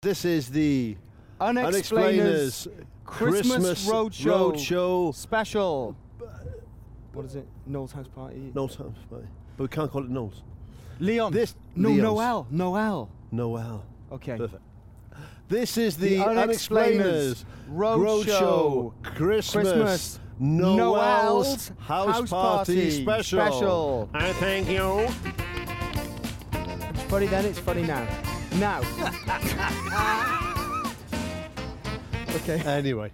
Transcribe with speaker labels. Speaker 1: This is the
Speaker 2: Unexplainers,
Speaker 1: Unexplainers
Speaker 2: Christmas Roadshow.
Speaker 1: Roadshow.
Speaker 2: special. What is it? Noel's house party.
Speaker 1: Knowles House Party. But we can't call it Knowles.
Speaker 2: Leon.
Speaker 1: This-
Speaker 2: no
Speaker 1: Leon's.
Speaker 2: Noel. Noel.
Speaker 1: Noel.
Speaker 2: Okay.
Speaker 1: Perfect. This is the, Unexplainers
Speaker 2: Unexplainers Roadshow.
Speaker 1: Roadshow Christmas,
Speaker 2: Christmas
Speaker 1: Noel's
Speaker 2: Noel's
Speaker 1: House, Party,
Speaker 2: House Party
Speaker 1: special.
Speaker 2: special.
Speaker 1: I thank you.
Speaker 2: It's funny then. It's funny now. Now. okay.
Speaker 1: Anyway.